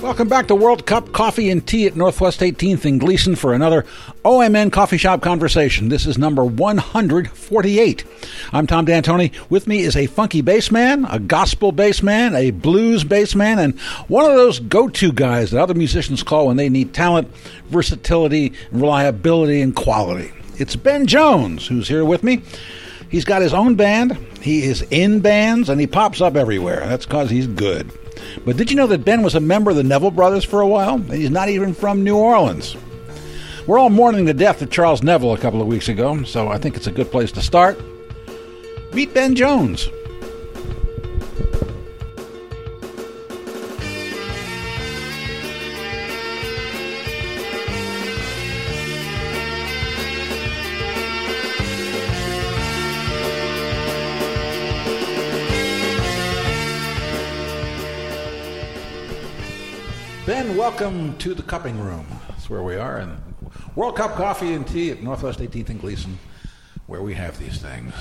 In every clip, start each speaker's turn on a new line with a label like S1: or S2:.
S1: Welcome back to World Cup Coffee and Tea at Northwest 18th and Gleason for another OMN Coffee Shop Conversation. This is number 148. I'm Tom D'Antoni. With me is a funky bass man, a gospel bass man, a blues bass man, and one of those go to guys that other musicians call when they need talent, versatility, reliability, and quality. It's Ben Jones who's here with me. He's got his own band, he is in bands, and he pops up everywhere. That's because he's good. But did you know that Ben was a member of the Neville Brothers for a while? And he's not even from New Orleans. We're all mourning the death of Charles Neville a couple of weeks ago, so I think it's a good place to start. Meet Ben Jones. Ben, welcome to the cupping room. That's where we are, and World Cup Coffee and Tea at Northwest 18th and Gleason, where we have these things.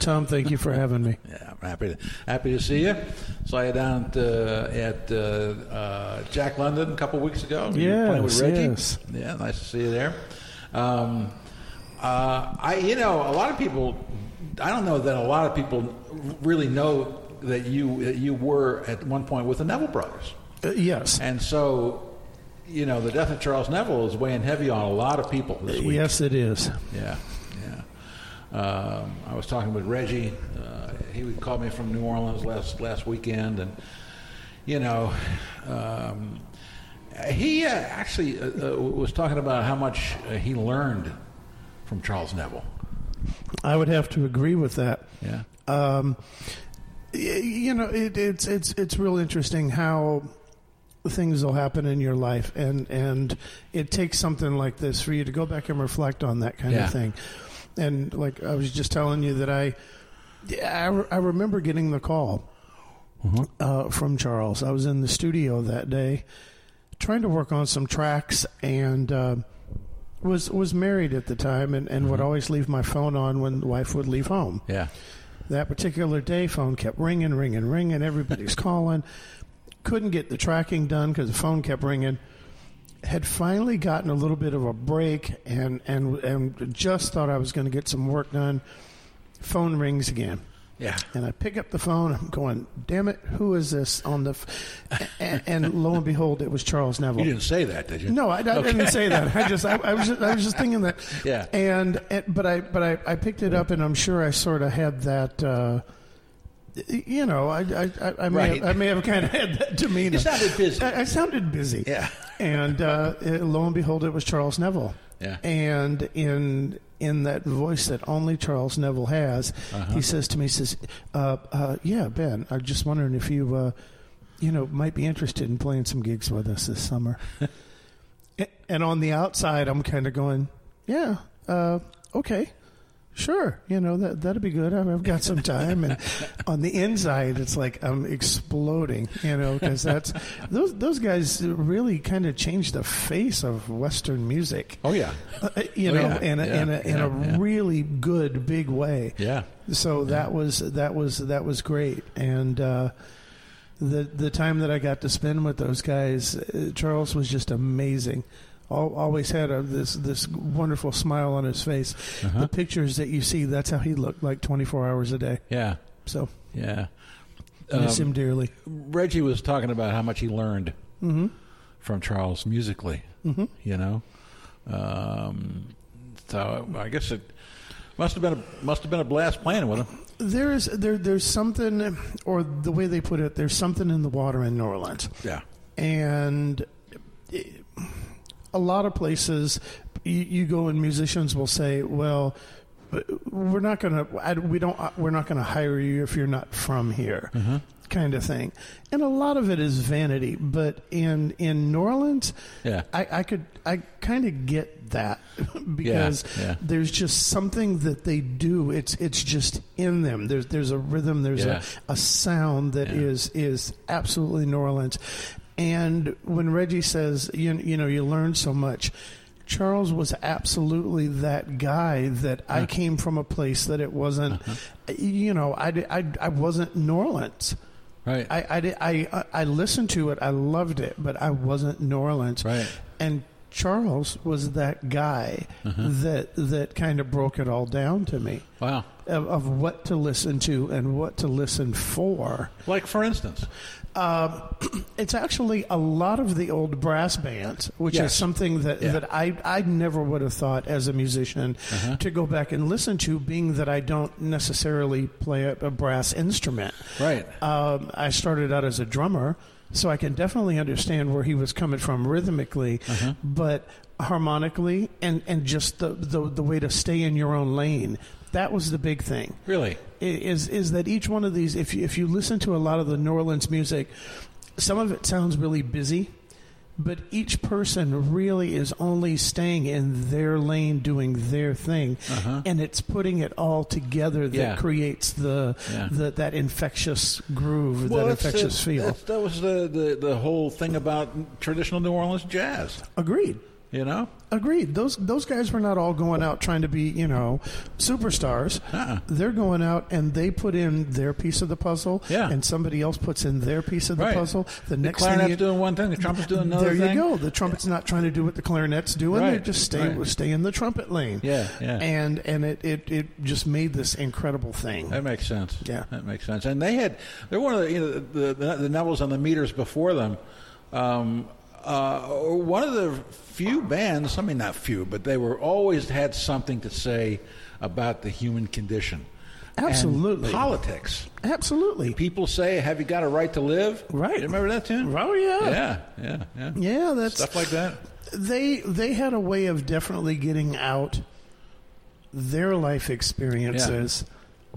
S2: Tom, thank you for having me.
S1: Yeah, I'm happy to, happy to see you. Saw you down at, uh, at uh, uh, Jack London a couple weeks ago. You were playing with
S2: Yes,
S1: Reggie.
S2: yes.
S1: Yeah, nice to see you there. Um, uh, I, you know, a lot of people. I don't know that a lot of people really know that you that you were at one point with the Neville brothers,
S2: Uh, yes.
S1: and so. You know, the death of Charles Neville is weighing heavy on a lot of people this week.
S2: Yes, it is.
S1: Yeah, yeah. Um, I was talking with Reggie. Uh, he would call me from New Orleans last last weekend, and you know, um, he uh, actually uh, uh, was talking about how much uh, he learned from Charles Neville.
S2: I would have to agree with that.
S1: Yeah,
S2: Um, y- you know, it, it's it's it's real interesting how things will happen in your life, and and it takes something like this for you to go back and reflect on that kind
S1: Yeah.
S2: of thing. And like I was just telling you that I, I, re- I remember getting the call uh, from Charles. I was in the studio that day, trying to work on some tracks and. Uh, was was married at the time and, and would always leave my phone on when the wife would leave home
S1: yeah,
S2: that particular day phone kept ringing ringing ringing everybody's calling couldn't get the tracking done because the phone kept ringing had finally gotten a little bit of a break and and and just thought i was going to get some work done phone rings again
S1: yeah.
S2: and I pick up the phone. I'm going, damn it, who is this on the? F-? And, and lo and behold, it was Charles Neville.
S1: You didn't say that, did you?
S2: No, I, I didn't say that. I just, I, I was, just, I was just thinking that.
S1: Yeah.
S2: And, and but I, but I, I picked it up, and I'm sure I sort of had that. Uh, y- you know, I, I, I, I may,
S1: Right.
S2: have, I may have kind of had that demeanor.
S1: You sounded busy.
S2: I, I sounded busy.
S1: Yeah.
S2: And uh, it- lo and behold, it was Charles Neville.
S1: Yeah.
S2: And in in that voice that only Charles Neville has,
S1: Uh-huh.
S2: he says to me, he says, uh, uh, "Yeah, Ben, I'm just wondering if you, uh, you know, might be interested in playing some gigs with us this summer." A- and on the outside, I'm kind of going, "Yeah, uh, okay." Sure, you know that that'd be good. I've I've got some time, and on the inside, it's like I'm exploding, you know, because that's those those guys really kind of changed the face of Western music,
S1: Oh yeah,
S2: uh, you
S1: Oh,
S2: know,
S1: yeah,
S2: in a, in a,
S1: yeah,
S2: in a
S1: yeah, yeah.
S2: really good big way.
S1: yeah.
S2: So that was that was that was great, and uh, the the time that I got to spend with those guys, uh, Charles was just amazing. Al always had a, this this wonderful smile on his face. The pictures that you see, that's how he looked like twenty four hours a day.
S1: Yeah,
S2: So
S1: yeah.
S2: miss
S1: Um,
S2: him dearly. Mm-hmm.
S1: Reggie was talking about how much he learned from Charles musically. You know, um, so I guess it must have been a, must have been a blast playing with him.
S2: There is there there's something, or the way they put it, there's something in the water in New Orleans.
S1: Yeah,
S2: and a lot of places you, you go and musicians will say well we're not going to we don't we're not going to hire you if you're not from here
S1: Mm-hmm.
S2: kind of thing and a lot of it is vanity but in in new orleans
S1: Yeah.
S2: i, I could i kind of get that because
S1: yeah.
S2: there's just something that they do it's it's just in them there's there's a rhythm there's
S1: Yeah.
S2: a a sound that is is absolutely New Orleans. And when Reggie says, you, you know, you learn so much, Charles was absolutely that guy that I came from a place that it wasn't, you know, I, I, I wasn't New Orleans.
S1: Right.
S2: I, I, did- I, I listened to it. I loved it, but I wasn't New Orleans.
S1: Right.
S2: And Charles was that guy
S1: Uh-huh.
S2: that that kind of broke it all down to me
S1: Wow.
S2: of, of what to listen to and what to listen for.
S1: Like, for instance,
S2: Um, it's actually a lot of the old brass bands, which
S1: Yes.
S2: is something that,
S1: Yeah.
S2: that I, I never would have thought as a musician
S1: Uh-huh.
S2: to go back and listen to, being that I don't necessarily play a, a brass instrument.
S1: right.
S2: Um, I started out as a drummer, so I can definitely understand where he was coming from rhythmically,
S1: Uh-huh.
S2: but harmonically and, and just the, the, the way to stay in your own lane. That was the big thing
S1: Really?
S2: i- is is that each one of these if you, if you listen to a lot of the New Orleans music, some of it sounds really busy, but each person really is only staying in their lane doing their thing, and it's putting it all together that
S1: Uh-huh. Yeah.
S2: creates the,
S1: Yeah.
S2: the that infectious groove, that
S1: it's-
S2: infectious
S1: it's-
S2: feel.
S1: it's- that was the, the, the whole thing about traditional New Orleans jazz,
S2: Agreed.
S1: you know?
S2: Agreed. Those those guys were not all going out trying to be, you know, superstars.
S1: Uh-uh.
S2: They're going out and they put in their piece of the puzzle,
S1: Yeah.
S2: and somebody else puts in their piece of the
S1: Right.
S2: puzzle. The
S1: The
S2: next thing
S1: clarinet's
S2: you,
S1: doing one thing, the trumpet's doing another
S2: there you
S1: thing.
S2: go. The trumpet's not trying to do what the clarinet's doing. They
S1: Right,
S2: just stay
S1: right.
S2: stay in the trumpet lane.
S1: Yeah, yeah.
S2: And and it it, it just made this incredible thing.
S1: That makes sense.
S2: Yeah.
S1: that makes sense. And they had they're one of the you know, the, the, the Neville's and the Meters before them. Um, uh, one of the few bands, I mean not few, but they were always had something to say about the human condition, and
S2: Absolutely.
S1: politics.
S2: Absolutely.
S1: People say, "Have you got a right to live?"
S2: Right.
S1: You remember that tune?
S2: Oh yeah.
S1: Yeah, yeah, yeah.
S2: Yeah, that's
S1: Stuff like that.
S2: they they had a way of definitely getting out their life experiences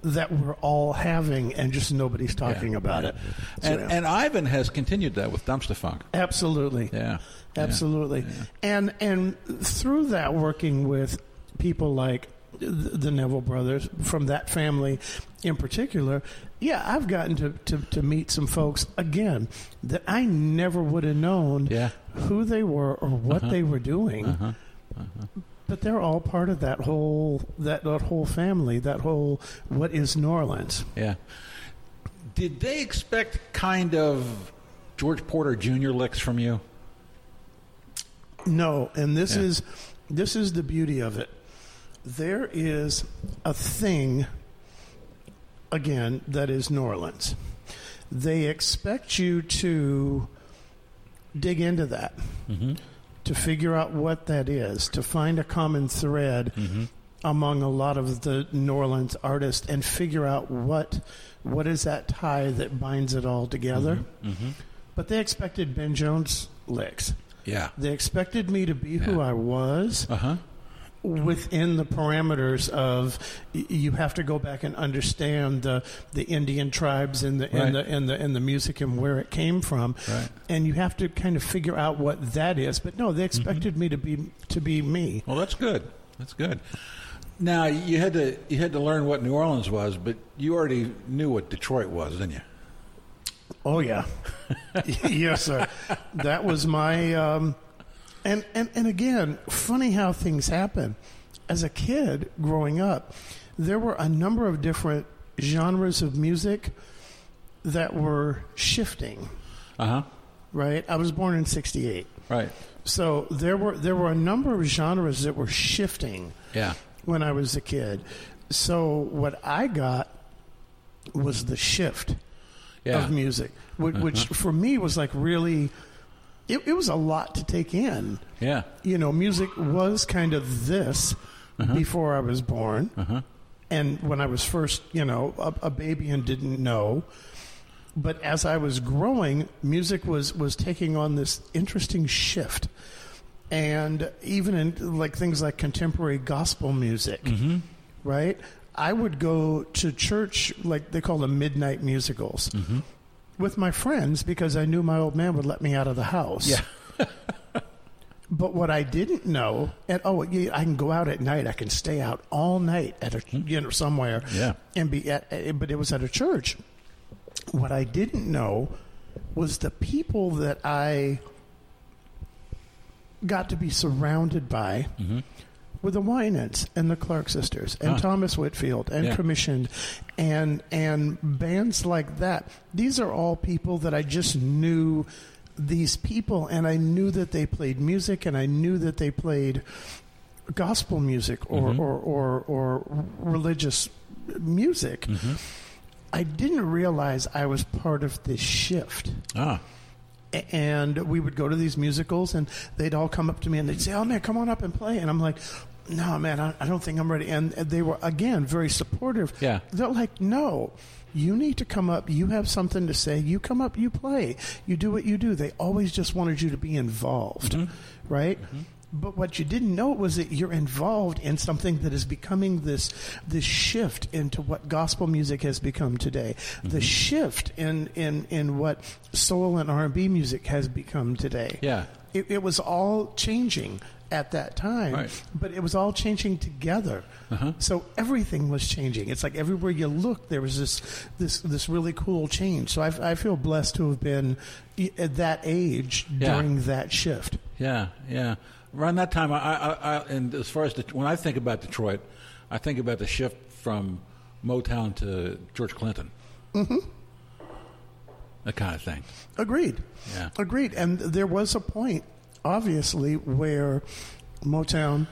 S2: that we're all having and just nobody's talking about it.
S1: And,
S2: So,
S1: and Ivan has continued that with Dumpster Funk.
S2: absolutely.
S1: Yeah. yeah.
S2: Absolutely. And and through that working with people like th- the Neville brothers from that family in particular, yeah, I've gotten to, to, to meet some folks again that I never would have known
S1: Yeah. Uh-huh.
S2: who they were or what they were doing. But they're all part of that whole that, that whole family, that whole what is New Orleans.
S1: Yeah. Did they expect kind of George Porter Jr. licks from you?
S2: No, and this
S1: Yeah.
S2: is this is the beauty of it. There is a thing again that is New Orleans. They expect you to dig into that,
S1: Mm-hmm.
S2: to figure out what that is, to find a common thread
S1: Mm-hmm.
S2: among a lot of the New Orleans artists, and figure out what what is that tie that binds it all together.
S1: Mm-hmm.
S2: But they expected Ben Jones licks.
S1: Yeah.
S2: They expected me to be who I was
S1: Uh huh.
S2: within the parameters of y- you have to go back and understand the the Indian tribes and the
S1: Right.
S2: and the and the and the music and where it came from.
S1: Right. Mm-hmm.
S2: And you have to kind of figure out what that is. But no, they expected me to be to be me.
S1: Well, that's good. That's good. Now you had to you had to learn what New Orleans was, but you already knew what Detroit was, didn't you?
S2: Oh yeah, yes sir. That was my um, and and and again, funny how things happen. As a kid growing up, there were a number of different genres of music that were shifting.
S1: Uh huh.
S2: Right, I was born in '68,
S1: Right.
S2: so there were there were a number of genres that were shifting
S1: Yeah.
S2: when I was a kid. So what I got was the shift
S1: Yeah.
S2: of music, which, which for me was like really, it, it was a lot to take in.
S1: Yeah.
S2: You know, music was kind of this before I was born.
S1: Uh-huh.
S2: And when I was first, you know, a, a baby and didn't know. But as I was growing, music was, was taking on this interesting shift. And even in like things like contemporary gospel music, right? I would go to church, like they call them midnight musicals, with my friends because I knew my old man would let me out of the house.
S1: Yeah.
S2: But what I didn't know, and oh, yeah, I can go out at night. I can stay out all night at a you know somewhere.
S1: Yeah.
S2: And be at, eh, but it was at a church. What I didn't know was the people that I got to be surrounded by were the Winans and the Clark sisters and
S1: Huh.
S2: Thomas Whitfield and
S1: Yeah.
S2: commissioned and and bands like that. These are all people that I just knew these people and I knew that they played music and I knew that they played gospel music or or, or, or religious music.
S1: Mm-hmm.
S2: I didn't realize I was part of this shift
S1: Ah,
S2: and we would go to these musicals and they'd all come up to me and they'd say oh man come on up and play and i'm like no man i, I don't think i'm ready and and they were again very supportive
S1: Yeah.
S2: they're like no you need to come up you have something to say you come up you play you do what you do they always just wanted you to be involved
S1: Mm-hmm.
S2: right But what you didn't know was that you're involved in something that is becoming this this shift into what gospel music has become today.
S1: Mm-hmm.
S2: The shift in in in what soul and R and B music has become today.
S1: Yeah.
S2: it, it was all changing at that time,
S1: Right.
S2: but it was all changing together.
S1: Uh-huh.
S2: So everything was changing. It's like everywhere you looked, there was this this this really cool change. So I, I feel blessed to have been i- at that age
S1: Yeah.
S2: during that shift.
S1: yeah, yeah. Around that time, I, I, I and as far as the, when I think about Detroit, I think about the shift from Motown to George Clinton. Mm-hmm. That kind of thing.
S2: Agreed.
S1: Yeah.
S2: Agreed. And there was a point, obviously, where Motown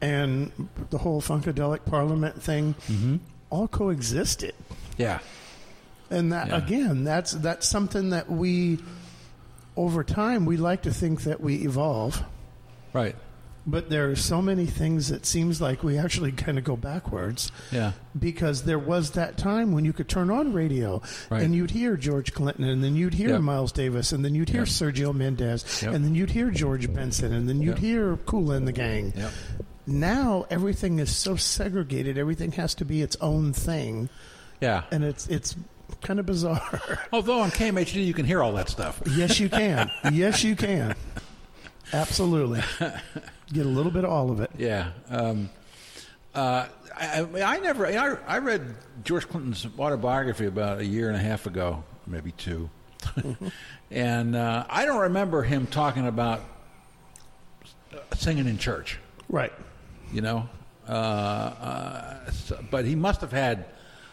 S2: and the whole Funkadelic Parliament thing
S1: Mm-hmm.
S2: all coexisted.
S1: Yeah,
S2: And that
S1: Yeah.
S2: again, that's that's something that we over time we like to think that we evolve,
S1: right.
S2: but there are so many things that seems like we actually kind of go backwards
S1: Yeah,
S2: because there was that time when you could turn on radio
S1: Right.
S2: and you'd hear George Clinton and then you'd hear
S1: Yep.
S2: Miles Davis and then you'd hear
S1: Yep.
S2: Sergio Mendez
S1: Yep.
S2: and then you'd hear George Benson and then you'd
S1: Yep.
S2: hear Kool and the Gang.
S1: Yep.
S2: Now everything is so segregated, everything has to be its own thing
S1: yeah.
S2: and it's it's kind of bizarre.
S1: Although on KMHD you can hear all that stuff.
S2: yes you can. Yes you can. Absolutely. Get a little bit of all of it.
S1: Yeah. Um, uh, I, I I never. I, I read George Clinton's autobiography about a year and a half ago, maybe 2 and uh, I don't remember him talking about singing in church.
S2: Right.
S1: You know, uh, uh, so- but he must have had.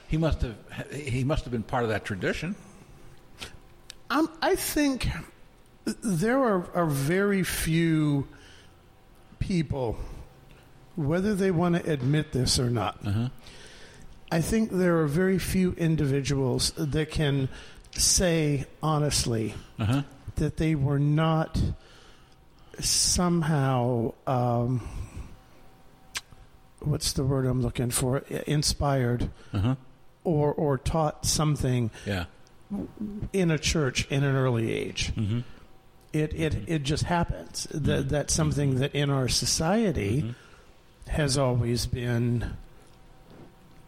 S1: He must have. He must have been part of that tradition.
S2: Um, I think there are, are very few people, whether they want to admit this or not. I think there are very few individuals that can say honestly
S1: Uh-huh.
S2: that they were not somehow. Um, What's the word I'm looking for? Inspired or or taught something
S1: Yeah.
S2: in a church in an early age. It it it just happens that that's something that in our society has always been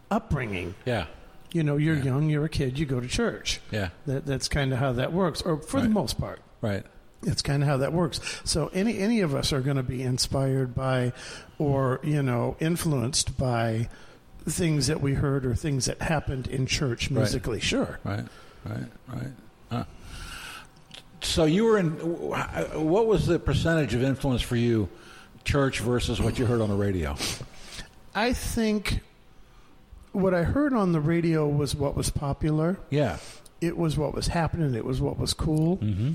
S2: upbringing.
S1: Yeah.
S2: You know, you're young, you're a kid, you go to church.
S1: Yeah.
S2: That that's kind of how that works, or for the
S1: Right.
S2: most part.
S1: Right.
S2: It's kind of how that works. So any any of us are going to be inspired by, or you know, influenced by things that we heard or things that happened in church musically. Sure.
S1: Right, right, right. Huh. So you were in. What was the percentage of influence for you, church versus what you heard on the radio?
S2: I think what I heard on the radio was what was popular.
S1: Yeah,
S2: It was what was happening. It was what was cool. Mm-hmm.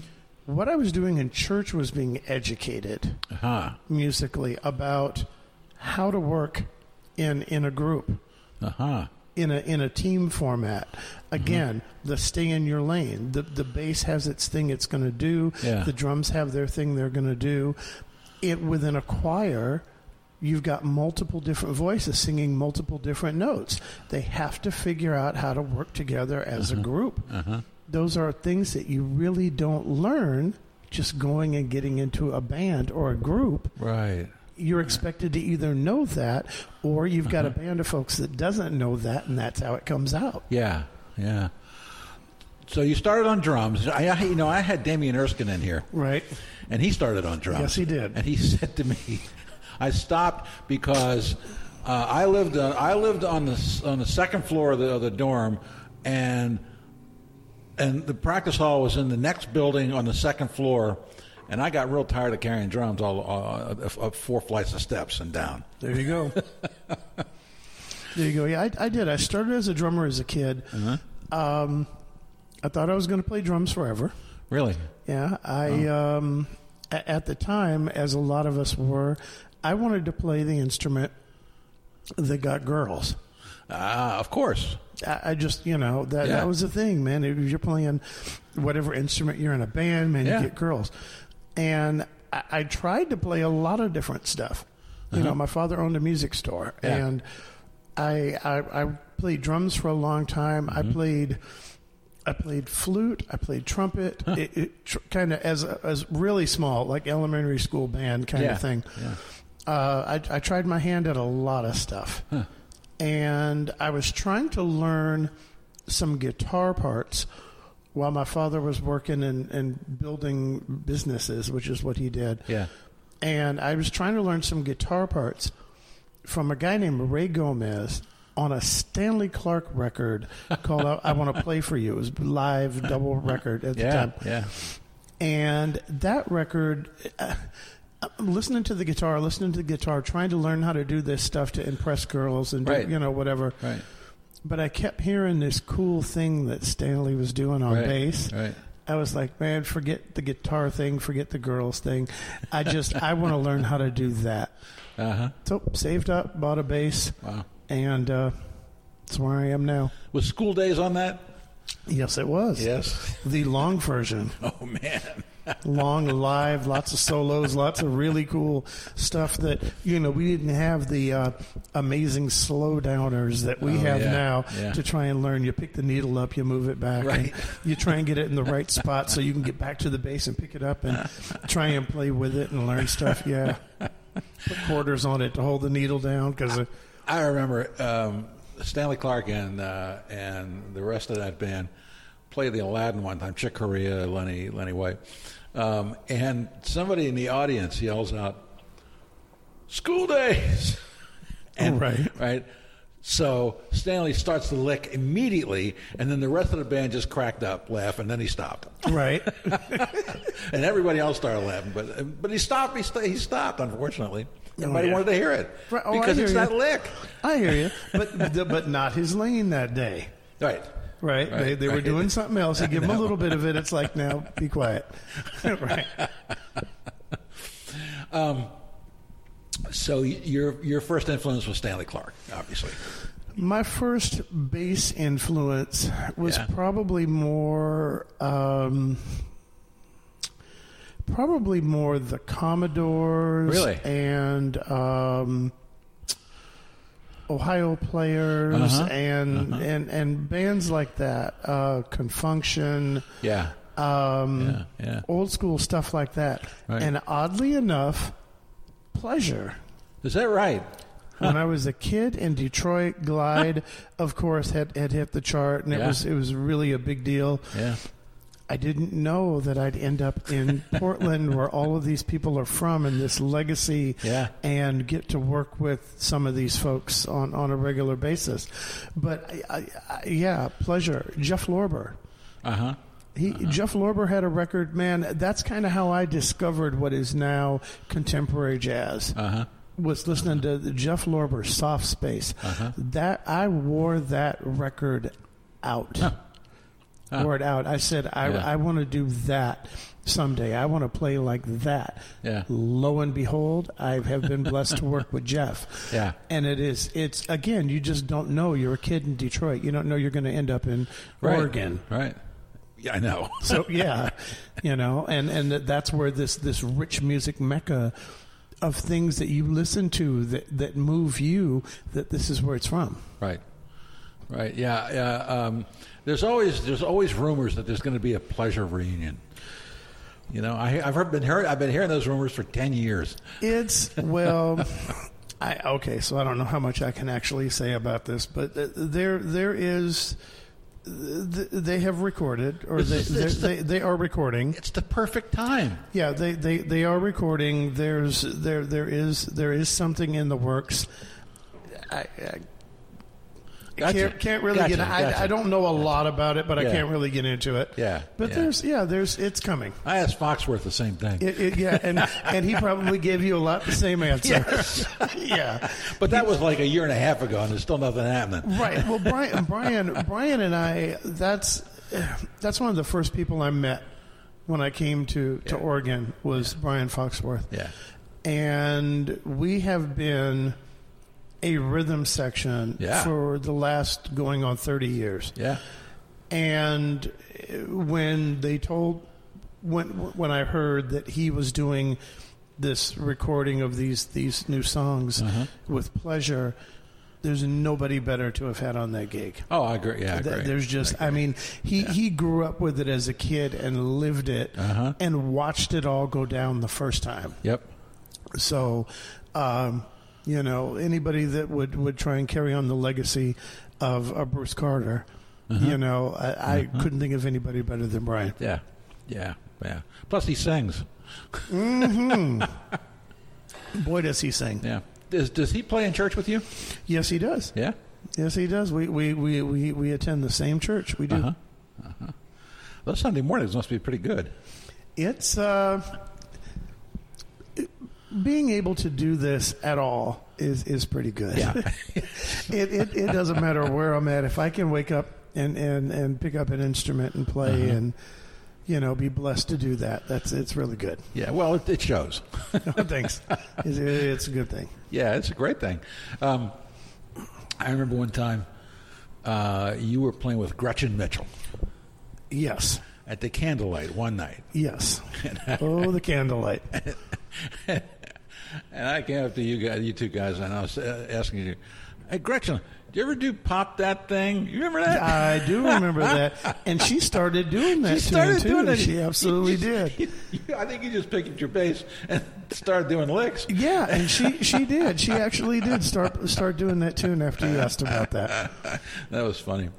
S2: What I was doing in church was being educated
S1: huh?
S2: musically about how to work in in a group,
S1: Uh huh.
S2: in a in a team format. Again, the stay in your lane. The the bass has its thing it's going to do.
S1: Yeah.
S2: The drums have their thing they're going to do. It within a choir, you've got multiple different voices singing multiple different notes. They have to figure out how to work together as a group.
S1: Uh-huh.
S2: Those are things that you really don't learn just going and getting into a band or a group
S1: Right.
S2: you're expected to either know that or you've got a band of folks that doesn't know that and that's how it comes out
S1: Yeah, yeah. So you started on drums. I, I you know, I had Damien Erskine in here.
S2: right
S1: and he started on drums.
S2: Yes, he did.
S1: And he said to me, "I stopped because uh, I lived on, I lived on the s- on the second floor of the, of the dorm, and and the practice hall was in the next building on the second floor, And I got real tired of carrying drums all uh, up- up four flights of steps and down.
S2: There you go. there you go. Yeah, I, I did. I started as a drummer as a kid. Um, I thought I was going to play drums forever.
S1: Really?
S2: Yeah, I um, a- at the time, as a lot of us were, I wanted to play the instrument that got girls.
S1: Ah, of course.
S2: I, I just, you know, that,
S1: Yeah.
S2: that was the thing, man. If you're playing whatever instrument, you're in a band, man,
S1: Yeah.
S2: you get girls. And I, I tried to play a lot of different stuff. You know, my father owned a music store,
S1: Uh-huh. Yeah.
S2: and I, I I played drums for a long time.
S1: Mm-hmm.
S2: I played. I played flute. I played trumpet. It, it tr- kind of as a, as really small, like elementary school band kind
S1: Yeah.
S2: of thing.
S1: Yeah.
S2: Uh, I, I tried my hand at a lot of stuff. And I was trying to learn some guitar parts while my father was working and, and building businesses, which is what he did.
S1: Yeah.
S2: And I was trying to learn some guitar parts from a guy named Ray Gomez on a Stanley Clark record called I, I Want to Play for You. It was live double record at the
S1: Yeah.
S2: time.
S1: Yeah.
S2: And that record, uh, I'm listening to the guitar, listening to the guitar, trying to learn how to do this stuff to impress girls and, do,
S1: Right.
S2: you know, whatever.
S1: Right.
S2: But I kept hearing this cool thing that Stanley was doing on
S1: right.
S2: bass.
S1: Right.
S2: I was like, man, forget the guitar thing, forget the girls thing. I just, I want to learn how to do that.
S1: Uh huh.
S2: So saved up, bought a bass,
S1: Wow.
S2: and uh, that's where I am now.
S1: Was school days on that?
S2: Yes, it was.
S1: Yes.
S2: The long version.
S1: Oh man.
S2: long live lots of solos lots of really cool stuff that you know we didn't have the uh, amazing slow downers that we
S1: Oh,
S2: have
S1: yeah,
S2: now
S1: yeah.
S2: to try and learn you pick the needle up you move it back and
S1: Right.
S2: you try and get it in the right spot so you can get back to the bass and pick it up and try and play with it and learn stuff yeah put quarters on it to hold the needle down uh, because
S1: I remember um, Stanley Clark and uh, and the rest of that band played the Aladdin one time. Chick Corea, Lenny Lenny White, um, and somebody in the audience yells out, "School days!"
S2: Oh, Right.
S1: right. So Stanley starts the lick immediately, and then the rest of the band just cracked up, laugh, and then he stopped,
S2: right
S1: and everybody else started laughing. But but he stopped. He, st- he stopped. Unfortunately, nobody
S2: Oh, yeah.
S1: wanted to hear it
S2: Right. Oh, I
S1: because
S2: hear
S1: it's
S2: you.
S1: that lick.
S2: i hear you but but not his lane that day
S1: Right.
S2: Right.
S1: Right,
S2: They, they were
S1: right.
S2: doing something else. You give them a little bit of it. It's like, now be quiet. right.
S1: So y- your your first influence was Stanley Clark, obviously.
S2: My first bass influence was
S1: Yeah.
S2: probably more, um, probably more the Commodores
S1: Really?
S2: and um, Ohio Players
S1: Uh-huh.
S2: and, and and bands like that. Uh, Confunction.
S1: Yeah,
S2: Um,
S1: yeah, yeah.
S2: old school stuff like that.
S1: Right.
S2: And oddly enough, pleasure.
S1: Is that right?
S2: When I was a kid in Detroit, Glide, of course, had, had hit the chart, and it
S1: Yeah.
S2: was it was really a big deal.
S1: Yeah,
S2: I didn't know that I'd end up in Portland, where all of these people are from, and this legacy,
S1: Yeah.
S2: and get to work with some of these folks on, on a regular basis. But I, I, I, yeah, pleasure. Jeff Lorber.
S1: uh huh.
S2: He, Jeff Lorber had a record, man. That's kind of how I discovered what is now contemporary jazz.
S1: Uh-huh.
S2: Was listening to the Jeff Lorber Soft Space.
S1: Uh-huh.
S2: That I wore that record out.
S1: Huh.
S2: Wore it out. I said, I,
S1: Yeah.
S2: I want to do that someday. I want to play like that.
S1: Yeah.
S2: Lo and behold, I have been blessed to work with Jeff.
S1: Yeah.
S2: And it is, it's again, you just don't know. You're a kid in Detroit. You don't know you're going to end up in Oregon.
S1: right? Yeah, I know.
S2: So yeah, you know, and and that's where this this rich music mecca of things that you listen to that that move you that this is where it's from.
S1: Right, right. Yeah, yeah. Um, there's always there's always rumors that there's going to be a pleasure reunion. You know, I, I've heard, been heard, I've been hearing those rumors for ten years.
S2: It's well, I okay. So I don't know how much I can actually say about this, but th- there there is. th- They have recorded, or they,
S1: It's- it's
S2: they, they, they are recording.
S1: It's the perfect time.
S2: Yeah, they, they, they are recording. There's there there is there is something in the works. I, I
S1: Gotcha.
S2: Can't, can't really
S1: Gotcha,
S2: get. I,
S1: gotcha.
S2: I don't know a lot about it, but
S1: Yeah.
S2: I can't really get into it.
S1: Yeah,
S2: But
S1: yeah.
S2: there's yeah, there's it's coming.
S1: I asked Foxworth the same thing.
S2: It, it, yeah, and and he probably gave you a lot the same answer.
S1: Yes.
S2: yeah.
S1: But that was like a year and a half ago, and there's still nothing happening.
S2: Right. Well, Brian, Brian, Brian, and I. That's that's one of the first people I met when I came to to Oregon was Brian Foxworth.
S1: Yeah.
S2: and we have been a rhythm section
S1: Yeah.
S2: for the last going on 30 years.
S1: Yeah.
S2: And uh, when they told when when I heard that he was doing this recording of these these new songs
S1: Uh-huh.
S2: with pleasure, there's nobody better to have had on that gig.
S1: Oh, I agree. Yeah, I
S2: Th-
S1: agree.
S2: There's just, I mean, he, he grew up with it as a kid and lived it
S1: Uh-huh.
S2: and watched it all go down the first time.
S1: Yep.
S2: So, um, you know, anybody that would, would try and carry on the legacy of, of Bruce Carter,
S1: Uh-huh.
S2: you know, I, I couldn't think of anybody better than Brian.
S1: Yeah. Yeah. Yeah. Plus, he sings.
S2: Boy, does he sing.
S1: Yeah. Does, does he play in church with you?
S2: Yes, he does.
S1: Yeah.
S2: Yes, he does. We, we, we, we, we attend the same church. We do.
S1: Uh-huh. Those Sunday mornings must be pretty good.
S2: It's uh, being able to do this at all is is pretty good.
S1: Yeah.
S2: it, it it doesn't matter where I'm at if I can wake up and and and pick up an instrument and play
S1: Uh-huh.
S2: and you know be blessed to do that. That's it's really good.
S1: Yeah. Well, it, it shows.
S2: Thanks. It's, it's a good thing.
S1: Yeah, it's a great thing. Um, I remember one time uh, you were playing with Gretchen Mitchell
S2: Yes.
S1: at the Candlelight one night.
S2: Yes. Oh, the candlelight.
S1: And I came up to you guys, you two guys, and I was uh, asking you, "Hey, Gretchen, do you ever do pop that thing? You remember that?"
S2: I do remember that, and she started doing that.
S1: She started
S2: to him,
S1: doing
S2: too.
S1: it.
S2: She absolutely did.
S1: I think you just picked up your bass and started doing licks.
S2: Yeah, and she she did. She actually did start start doing that tune after you asked about that.
S1: That was funny.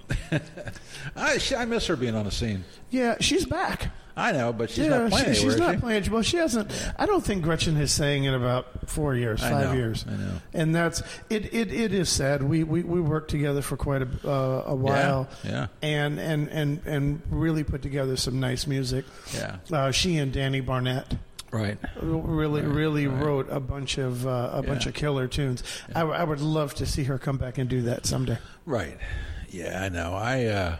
S1: I, she, I miss her being on the scene.
S2: Yeah, she's back.
S1: I know, but she's
S2: yeah,
S1: not playing
S2: she-
S1: anywhere,
S2: she's
S1: is
S2: not
S1: she?
S2: playing. Well, she hasn't. I don't think Gretchen has sang in about four years,
S1: I
S2: five
S1: know,
S2: years.
S1: I know.
S2: And that's it. It, it is sad. We, we we worked together for quite a uh, a while.
S1: yeah.
S2: And and and and really put together some nice music.
S1: Yeah.
S2: Uh, she and Danny Barnett.
S1: Right.
S2: really really wrote a bunch of uh, a bunch
S1: Yeah.
S2: of killer tunes. I, w- I would love to see her come back and do that someday.
S1: Right. Yeah, I know. I uh,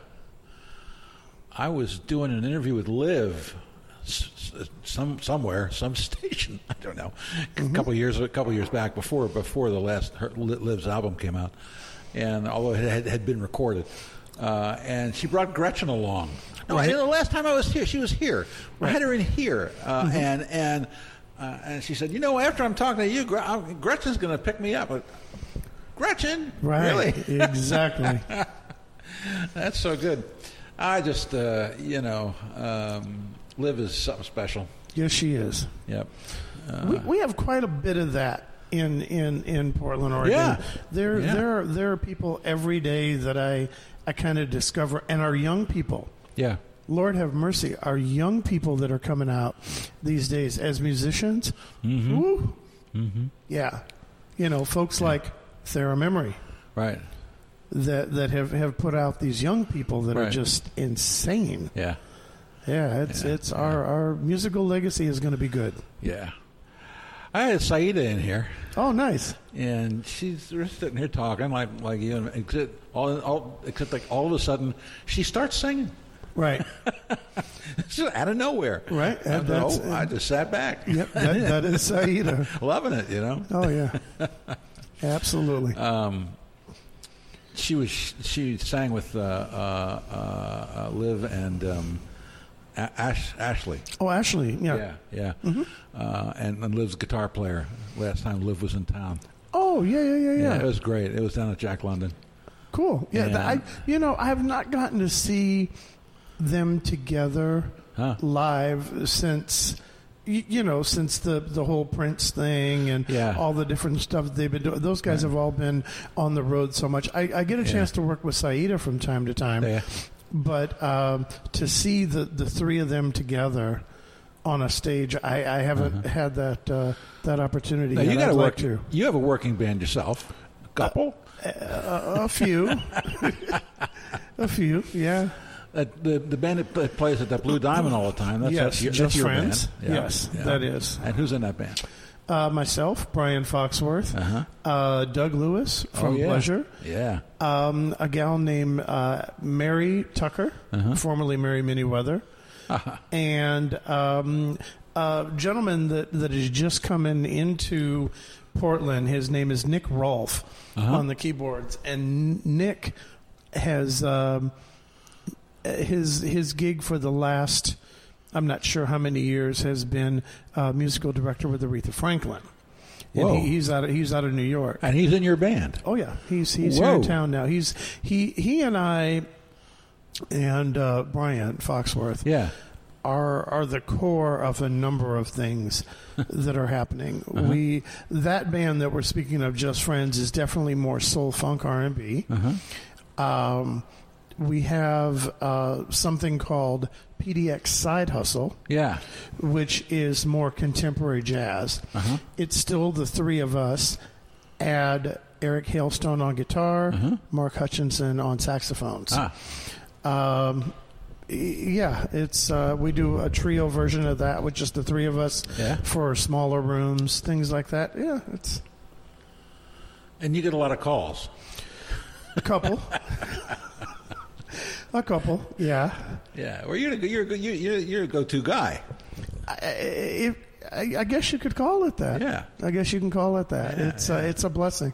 S1: I was doing an interview with Liv s- s- some somewhere, some station. I don't know. A couple years a couple years back before before the last her, Li- Liv's album came out. And although it had, had been recorded, uh, and she brought Gretchen along. No,
S2: Right.
S1: you know, the last time I was here, she was here. I had her in here, uh, and and uh, and she said, "You know, after I'm talking to you, Gre- I'm- Gretchen's going to pick me up." But Gretchen, really?
S2: exactly.
S1: That's so good. I just, uh, you know, um, live is something special.
S2: yes, she is.
S1: Yep. Uh.
S2: we, we have quite a bit of that in in in Portland, Oregon.
S1: Yeah.
S2: There
S1: Yeah.
S2: there are, there are people every day that I I kind of discover, and our young people.
S1: Yeah.
S2: Lord have mercy, our young people that are coming out these days as musicians.
S1: Mm-hmm.
S2: Woo. Yeah, you know, folks like Thera Memory.
S1: Right.
S2: that that have, have put out these young people that
S1: Right.
S2: are just insane.
S1: Yeah.
S2: Yeah, it's it's our our musical legacy is going to be good.
S1: Yeah. I had Saida in here,
S2: Oh, nice.
S1: and she's we're sitting here talking like like you and except all, all except like all of a sudden she starts singing
S2: Right.
S1: It's just out of nowhere.
S2: Right,
S1: I,
S2: and
S1: know,
S2: that's-
S1: I just sat back,
S2: yep. That, that is Saida.
S1: loving it. You know.
S2: Oh yeah. Absolutely.
S1: Uh, She was she sang with uh, uh, uh, uh, Liv and um, A- Ash, Ashley.
S2: oh, Ashley. Yeah. Mm-hmm.
S1: Yeah, yeah. Uh, and, and Liv's guitar player. Last time Liv was in town.
S2: Oh yeah yeah yeah yeah.
S1: Yeah, it was great. It was down at Jack London.
S2: Cool. Yeah. th-
S1: And-
S2: I you know I have not gotten to see them together
S1: Huh.
S2: live since. y- You know, since the, the whole Prince thing and
S1: Yeah.
S2: all the different stuff they've been doing, those guys have all been on the road so much. I, I get a chance to work with Saida from time to time,
S1: Yeah.
S2: but um, to see the, the three of them together on a stage, I, I haven't had that uh, that opportunity.
S1: Uh-huh. Now,
S2: yet.
S1: you got
S2: I'd
S1: to
S2: like
S1: work.
S2: to. Uh,
S1: You have a working band yourself. A couple.
S2: a, a few, a few, yeah.
S1: Uh, the the band that pl- plays at that Blue Diamond all the time. That's
S2: yes,
S1: that's your,
S2: just
S1: that's your
S2: friends.
S1: band. Yeah,
S2: Yes,
S1: yeah.
S2: that is
S1: And who's in that band?
S2: uh, myself, Brian Foxworth,
S1: Uh-huh.
S2: uh, Doug Lewis from
S1: Oh, yeah.
S2: Pleasure,
S1: Yeah.
S2: um, a gal named uh, Mary Tucker,
S1: Uh-huh.
S2: formerly Mary Miniweather, and um, a gentleman that, that has just come in into Portland. His name is Nick Rolfe
S1: Uh-huh.
S2: on the keyboards, and Nick has um, his his gig for the last. I'm not sure how many years has been uh, musical director with Aretha Franklin, and
S1: Whoa.
S2: he, he's out of, he's out of New York.
S1: And he's in your band.
S2: Oh yeah, he's he's here
S1: Whoa.
S2: in town now. He's he he and I and uh, Brian Foxworth
S1: Yeah.
S2: are are the core of a number of things that are happening. We that band that we're speaking of, Just Friends, is definitely more soul funk R and B.
S1: Uh-huh.
S2: Um, we have uh, something called PDX Side Hustle
S1: Yeah.
S2: which is more contemporary jazz. It's still the three of us. Add Eric Hailstone on guitar, Mark Hutchinson on saxophones.
S1: Ah.
S2: Um, y- yeah, it's uh, we do a trio version of that with just the three of us
S1: Yeah.
S2: for smaller rooms, things like that. Yeah, it's
S1: And you get a lot of calls.
S2: a couple. a couple, yeah.
S1: Yeah. Well, you're a- you're a- you're you're, you're a go-to guy.
S2: I, I- I, I guess you could call it that.
S1: Yeah.
S2: I guess you can call it that. it's Uh, it's a blessing.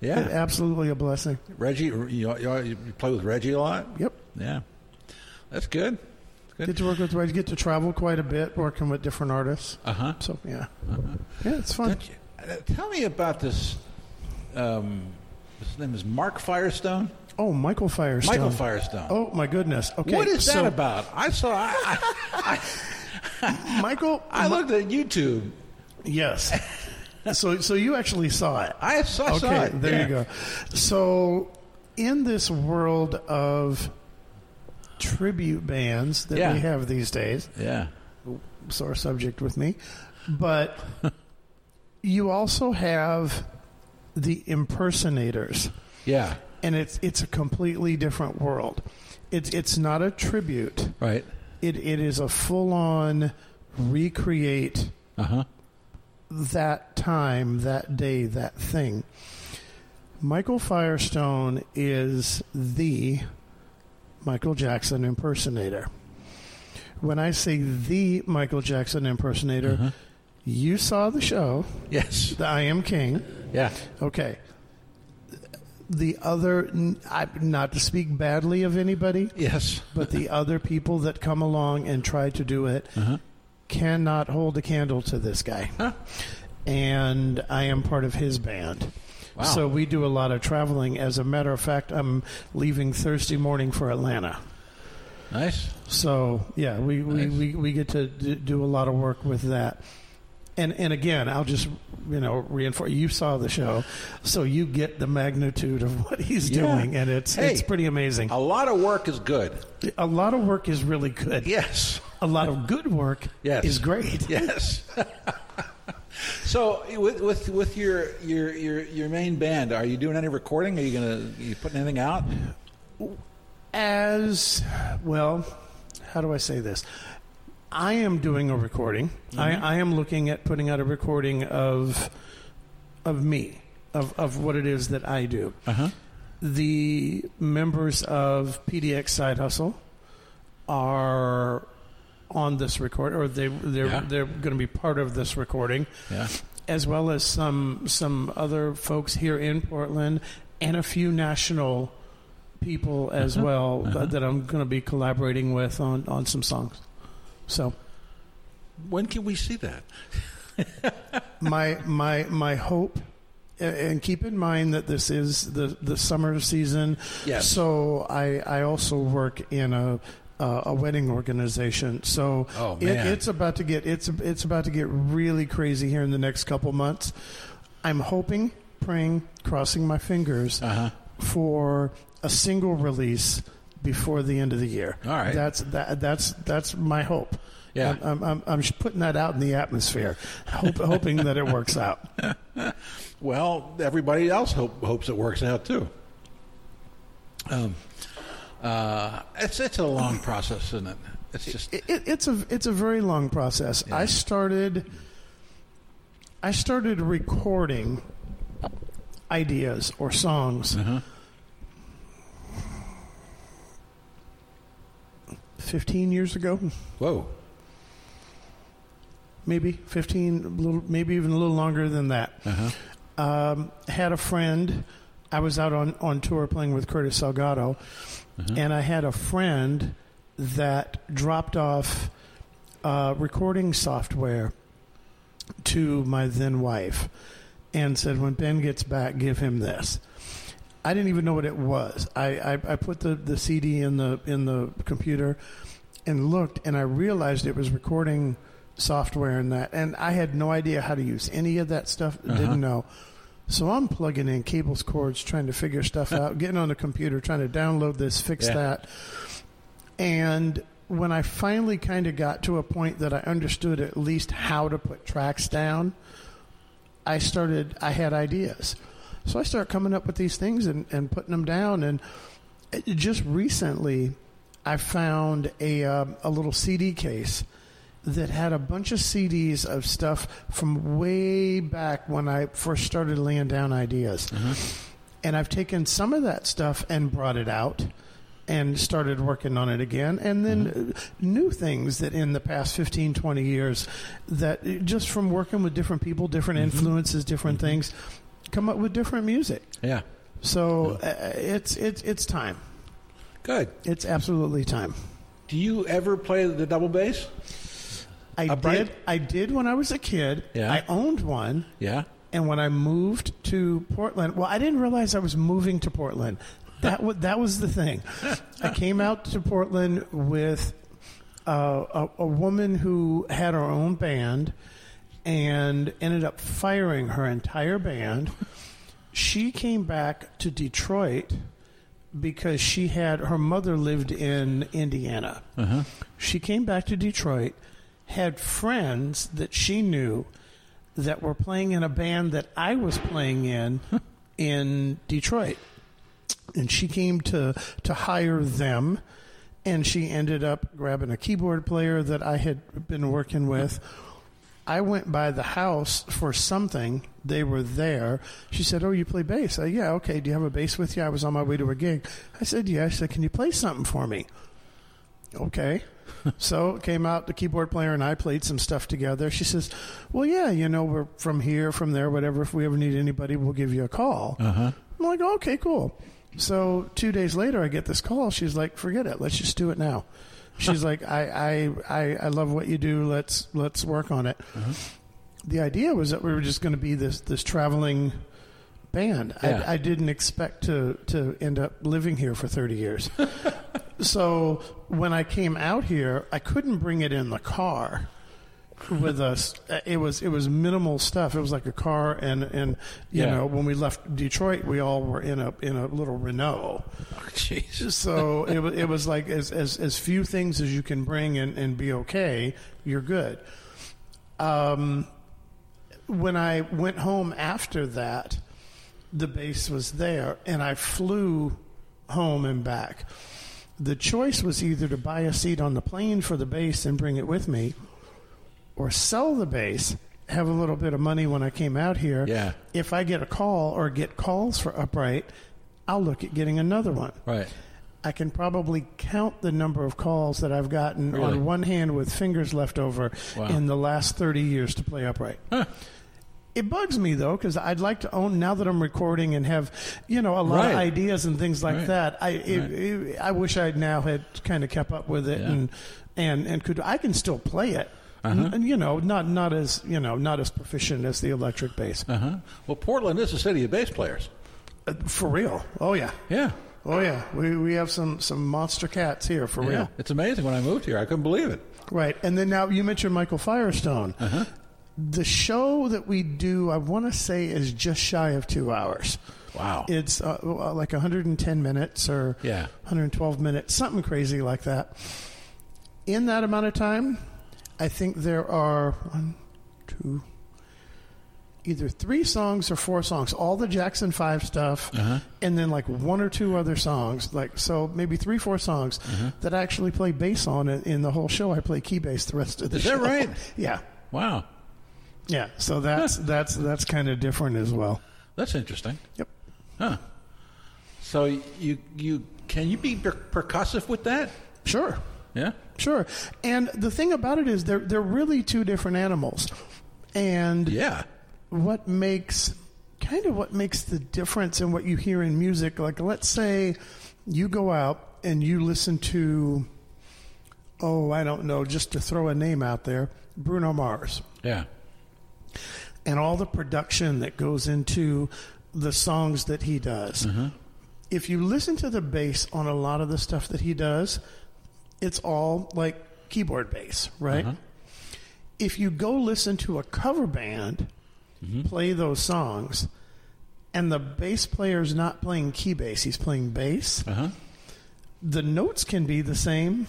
S1: Yeah.
S2: Absolutely a blessing.
S1: Reggie, you, you, you play with Reggie a lot.
S2: Yep.
S1: Yeah. That's good.
S2: Get to work with Reg. Get to travel quite a bit, working with different artists.
S1: Uh huh.
S2: So yeah,
S1: Uh-huh.
S2: yeah, it's fun.
S1: Don't you- uh, Tell me about this. Um, his name is Mark Firestone.
S2: Oh, Michael Firestone.
S1: Michael Firestone.
S2: Oh my goodness. Okay.
S1: what is
S2: so
S1: that about? I saw. I,
S2: Michael?
S1: I, I looked at YouTube.
S2: yes. so so you actually saw it.
S1: I saw. I saw
S2: okay,
S1: it.
S2: there
S1: Yeah.
S2: you go. So, in this world of tribute bands that
S1: Yeah.
S2: we have these days,
S1: Yeah.
S2: sore subject with me, but you also have the impersonators.
S1: Yeah.
S2: and it's it's a completely different world. It's it's not a tribute.
S1: Right.
S2: It it is a full on recreate
S1: Uh huh.
S2: that time, that day, that thing. Michael Firestone is the Michael Jackson impersonator. When I say the Michael Jackson impersonator,
S1: Uh-huh.
S2: you saw the show,
S1: Yes.
S2: The I Am King.
S1: Yeah.
S2: Okay. The other, n- I, not to speak badly of anybody,
S1: Yes.
S2: but the other people that come along and try to do it cannot hold a candle to this guy. And I am part of his band.
S1: Wow.
S2: So we do a lot of traveling. As a matter of fact, I'm leaving Thursday morning for Atlanta.
S1: Nice.
S2: So yeah, we, we,
S1: Nice.
S2: we, we get to d- do a lot of work with that. And and again, I'll just you know reinforce. You saw the show, so you get the magnitude of what he's
S1: Yeah.
S2: doing, and it's
S1: Hey.
S2: it's pretty amazing.
S1: A lot of work is good.
S2: A lot of work is really good.
S1: Yes.
S2: A lot of good work
S1: Yes.
S2: is great.
S1: Yes. so with with with your your your your main band, are you doing any recording? Are you gonna you putting anything out?
S2: As well, how do I say this? I am doing a recording. I, I am looking at putting out a recording of of me of of what it is that I do.
S1: Uh huh.
S2: the members of PDX Side Hustle are on this record, or they they're
S1: Yeah.
S2: they're going to be part of this recording,
S1: Yeah.
S2: as well as some some other folks here in Portland and a few national people as well that, that I'm going to be collaborating with on on some songs. So
S1: When can we see that?
S2: my my my hope and- and keep in mind that this is the the summer season
S1: Yes.
S2: so i i also work in a uh, a wedding organization so
S1: Oh,
S2: it,
S1: man.
S2: it's about to get it's it's about to get really crazy here in the next couple months i'm hoping praying crossing my fingers
S1: Uh huh.
S2: for a single release before the end of the year
S1: All right.
S2: that's that that's that's my hope
S1: Yeah.
S2: I'm- I'm, I'm, I'm just putting that out in the atmosphere, hope, hoping that it works out.
S1: Well, everybody else hope, hopes it works out too. Um, uh, it's it's a long process, isn't it? It's just
S2: It, it, it's a it's a very long process. I started I started recording ideas or songs
S1: uh
S2: 15 years ago,
S1: whoa.
S2: maybe 15 a little, maybe even a little longer than that.
S1: Uh-huh.
S2: Um, had a friend I was out on on tour playing with Curtis Salgado and I had a friend that dropped off uh, recording software to my then wife and said, When Ben gets back, give him this. I didn't even know what it was. I, I, I put the, the CD in the in the computer and looked and I realized it was recording software and that and I had no idea how to use any of that stuff. Didn't know. So I'm plugging in cables, cords, trying to figure stuff out, getting on the computer, trying to download this, fix
S1: Yeah.
S2: that. And when I finally kind of got to a point that I understood at least how to put tracks down, I started, I had ideas. So I started coming up with these things and, and putting them down. And it- just recently, I found a, um, a little CD case that had a bunch of CDs of stuff from way back when I first started laying down ideas.
S1: Uh-huh.
S2: And I've taken some of that stuff and brought it out and started working on it again. And then uh,
S1: Mm-hmm.
S2: new things that in the past 15, 20 years, that uh, just from working with different people, different
S1: Mm-hmm.
S2: influences, different things, come up with different music.
S1: Yeah.
S2: So uh, it's, it's, it's time.
S1: Good.
S2: It's absolutely time.
S1: Do you ever play the double bass?
S2: I
S1: A
S2: did.
S1: bright-
S2: I did when I was a kid.
S1: Uh, Yeah.
S2: I owned one.
S1: Yeah.
S2: And when I moved to Portland, well, I didn't realize I was moving to Portland. That was that was the thing. I came out to Portland with uh, a, a woman who had her own band, and ended up firing her entire band. She came back to Detroit because she had her mother lived in Indiana. She came back to Detroit, had friends that she knew that were playing in a band that I was playing in in Detroit. And she came to to hire them and she ended up grabbing a keyboard player that I had been working with. I went by the house for something. They were there. She said, "Oh, you play bass?" I, yeah, okay. Do you have a bass with you? I was on my way to a gig. I said, "Yeah." She said, "Can you play something for me?" okay. so it came out the keyboard player and I played some stuff together. She says, "Well, yeah, you know, we're from here, from there, whatever. If we ever need anybody, we'll give you a call." Uh-huh. I'm like, "Okay, cool." So two days later, I get this call. She's like, "Forget it. Let's just do it now." She's like, I, "I I I love what you do. Let's let's work on it." The idea was that we were just going to be this this traveling band.
S1: Yeah.
S2: I, I didn't expect to to end up living here for thirty years. So when I came out here, I couldn't bring it in the car with us. Uh, It was it was minimal stuff. It was like a car, and and you
S1: Yeah.
S2: know when we left Detroit, we all were in a in a little Renault.
S1: Jeez.
S2: So it was it was like as as as few things as you can bring and and be okay, you're good. Um, when I went home after that, the base was there, and I flew home and back. The choice was either to buy a seat on the plane for the base and bring it with me, or sell the base, have a little bit of money when I came out here.
S1: Yeah.
S2: If I get a call or get calls for upright, I'll look at getting another one.
S1: Right.
S2: I can probably count the number of calls that I've gotten
S1: Really?
S2: on one hand with fingers left over
S1: Wow.
S2: in the last 30 years to play upright. It bugs me though because I'd like to own now that I'm recording and have you know a lot of
S1: Right.
S2: ideas and things like
S1: Right.
S2: that. I it,
S1: Right.
S2: it- I wish I now had kind of kept up with it
S1: Yeah. Uh-huh.
S2: and and and could I can still play it. And, you know, not not as you know, not as proficient as the electric bass,
S1: Uh huh. Well, Portland is a city of bass players.
S2: Uh, for real. Oh yeah,
S1: Yeah.
S2: oh yeah. We we have some some monster cats here for
S1: Yeah.
S2: real.
S1: It's amazing. When I moved here, I couldn't believe it.
S2: Right. And then now you mentioned Michael Firestone.
S1: Uh-huh.
S2: The show that we do, I want to say, is just shy of two hours.
S1: Wow.
S2: It's uh, uh, like 110 minutes or
S1: Yeah.
S2: 112 minutes, something crazy like that. In that amount of time, I think there are one, two, either three songs or four songs, all the Jackson Five stuff,
S1: Uh-huh.
S2: and then like one or two other songs, like so maybe three, four songs
S1: Mm-hmm.
S2: that I actually play bass on in, in the whole show. I play key bass the rest of the
S1: Is
S2: show.
S1: that right?
S2: yeah,
S1: Wow,
S2: yeah. So that's that's that's kind of different as well.
S1: that's interesting.
S2: Yep.
S1: Huh. So you you can you be per- percussive with that?
S2: Sure.
S1: Yeah.
S2: Sure. And the thing about it is they're they're really two different animals. And
S1: Yeah.
S2: what makes kind of what makes the difference in what you hear in music like let's say you go out and you listen to oh i don't know just to throw a name out there bruno mars
S1: Yeah.
S2: and all the production that goes into the songs that he does if you listen to the bass on a lot of the stuff that he does it's all like keyboard bass right if you go listen to a cover band play those songs and the bass player is not playing key bass he's playing bass
S1: Uh huh.
S2: the notes can be the same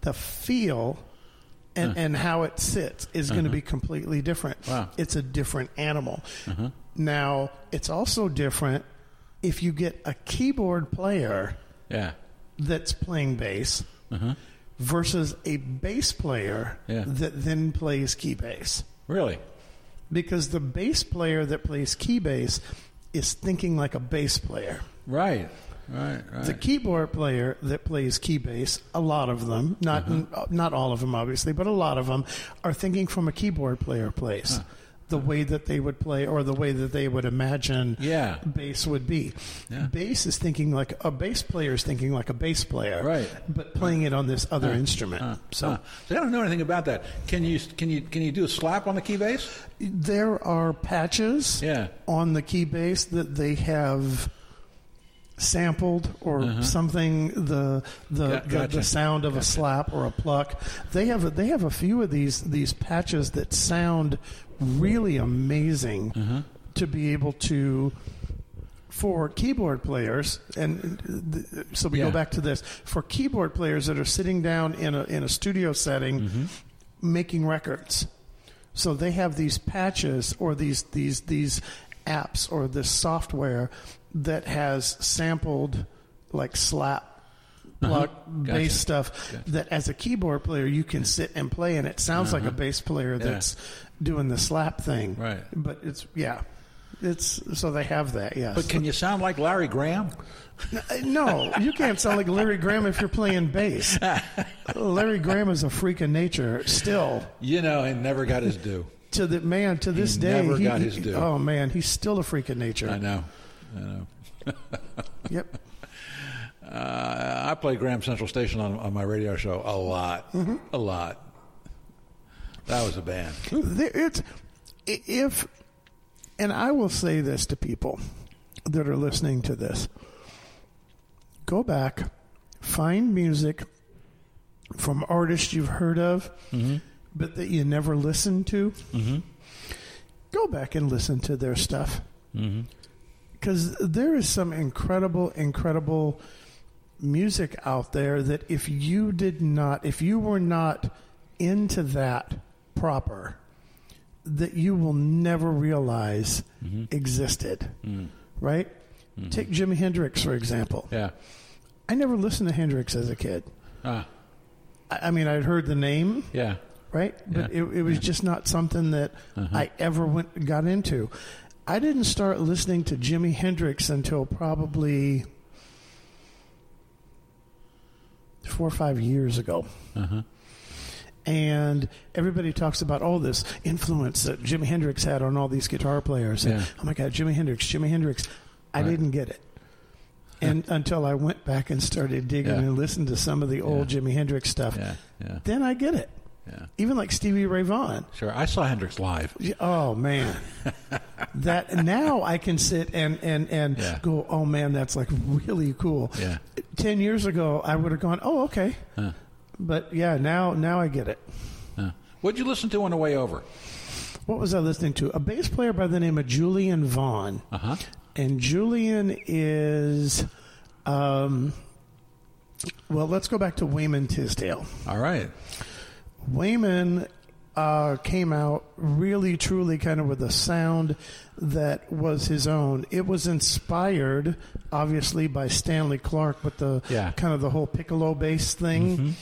S2: the feel and, and how it sits is going to be completely different
S1: Uh. Uh-huh. Wow. Uh-huh.
S2: it's a different animal now it's also different if you get a keyboard player
S1: Yeah.
S2: that's playing bass versus a bass player
S1: Uh-huh. Yeah.
S2: that then plays key bass
S1: Really.
S2: because the bass player that plays key bass is thinking like a bass player.
S1: Right. Right. Right.
S2: The keyboard player that plays key bass, a lot of them, not
S1: Uh-huh.
S2: uh, not all of them obviously, but a lot of them are thinking from a keyboard player place. The way that they would play or the way that they would imagine
S1: Yeah.
S2: bass would be.
S1: Yeah.
S2: Bass is thinking like a bass player is thinking like a bass player.
S1: Right.
S2: But playing it on this other instrument. so
S1: Huh. See, I don't know anything about that. Can you can you can you do a slap on the key bass?
S2: there are patches
S1: Yeah.
S2: on the key base that they have sampled or something the the,
S1: Uh-huh. Got-
S2: the
S1: gotcha.
S2: the sound of a slap or a pluck they have a, they have a few of these these patches that sound really amazing
S1: Uh-huh.
S2: to be able to for keyboard players and uh, th- so we
S1: Yeah.
S2: go back to this for keyboard players that are sitting down in a in a studio setting
S1: Mm-hmm.
S2: making records so they have these patches or these these these apps or this software that has sampled like slap pluck
S1: Uh-huh. Gotcha.
S2: bass stuff that as a keyboard player you can sit and play and it sounds like a bass player that's doing the slap thing.
S1: Uh-huh. Right.
S2: But it's yeah. It's so they have that, yes.
S1: But can you sound like Larry Graham?
S2: Uh, No, you can't sound like Larry Graham if you're playing bass. Larry Graham is a freak of nature still.
S1: You know, and never got his due.
S2: to the man to this day
S1: never got his due.
S2: oh man he's still a freak of nature
S1: I know. I know.
S2: yep
S1: Uh, I play Graham Central Station on, on my radio show a lot, a lot. That was a band.
S2: there, it's i- if and i will say this to people that are listening to this go back find music from artists you've heard of but that you never listened to go back and listen to their stuff because there is some incredible incredible music out there that if you did not if you were not into that proper that you will never realize existed right take jimi hendrix for example
S1: Yeah.
S2: i never listened to hendrix as a kid
S1: Ah,
S2: i, I mean i'd heard the name
S1: yeah.
S2: right? But it, it was just not something that I ever went got into. I didn't start listening to Jimi Hendrix until probably four or five years ago.
S1: Uh-huh.
S2: And everybody talks about all this influence that Jimi Hendrix had on all these guitar players. And,
S1: Yeah.
S2: oh my God, Jimi Hendrix, Jimi Hendrix. I
S1: Right.
S2: didn't get it. And until I went back and started digging
S1: Yeah.
S2: and listened to some of the old Jimi Hendrix stuff,
S1: Yeah. Yeah.
S2: then I get it
S1: Yeah.
S2: even like Stevie Ray Vaughan.
S1: Sure. I saw Hendrix live.
S2: Yeah, Oh man, that now I can sit and and and
S1: Yeah.
S2: go. Oh man, that's like really cool.
S1: Yeah.
S2: Ten years ago, I would have gone. Oh okay,
S1: Huh.
S2: but yeah, now now I get it.
S1: Huh. What'd you listen to on the way over?
S2: What was I listening to? A bass player by the name of Julian Vaughn,
S1: Uh huh.
S2: and Julian is, um, well, let's go back to Wayman Tisdale.
S1: All right.
S2: Wayman uh, came out really, truly kind of with a sound that was his own. It was inspired, obviously, by Stanley Clark with the
S1: Yeah.
S2: kind of the whole piccolo bass thing.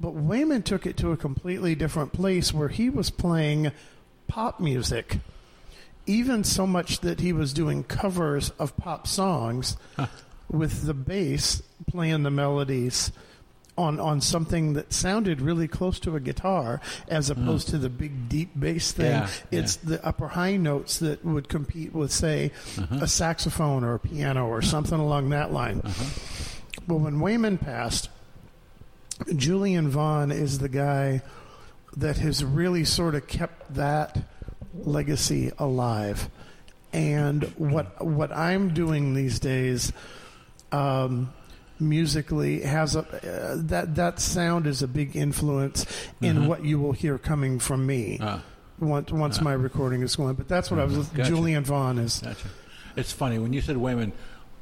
S2: But Wayman took it to a completely different place where he was playing pop music. Even so much that he was doing covers of pop songs with the bass playing the melodies on on something that sounded really close to a guitar as opposed to the big deep bass thing.
S1: Hmm. Yeah,
S2: it's the upper high notes that would compete with say
S1: Uh-huh.
S2: a saxophone or a piano or something along that line.
S1: Uh-huh.
S2: But when Wayman passed, Julian Vaughn is the guy that has really sort of kept that legacy alive. And what what I'm doing these days um, musically has a uh, that that sound is a big influence in
S1: Mm-hmm.
S2: what you will hear coming from me
S1: Ah.
S2: once once my recording is going. But that's what I was.
S1: Mm-hmm. Gotcha.
S2: Julian Vaughn is.
S1: Gotcha. It's funny when you said Wayman,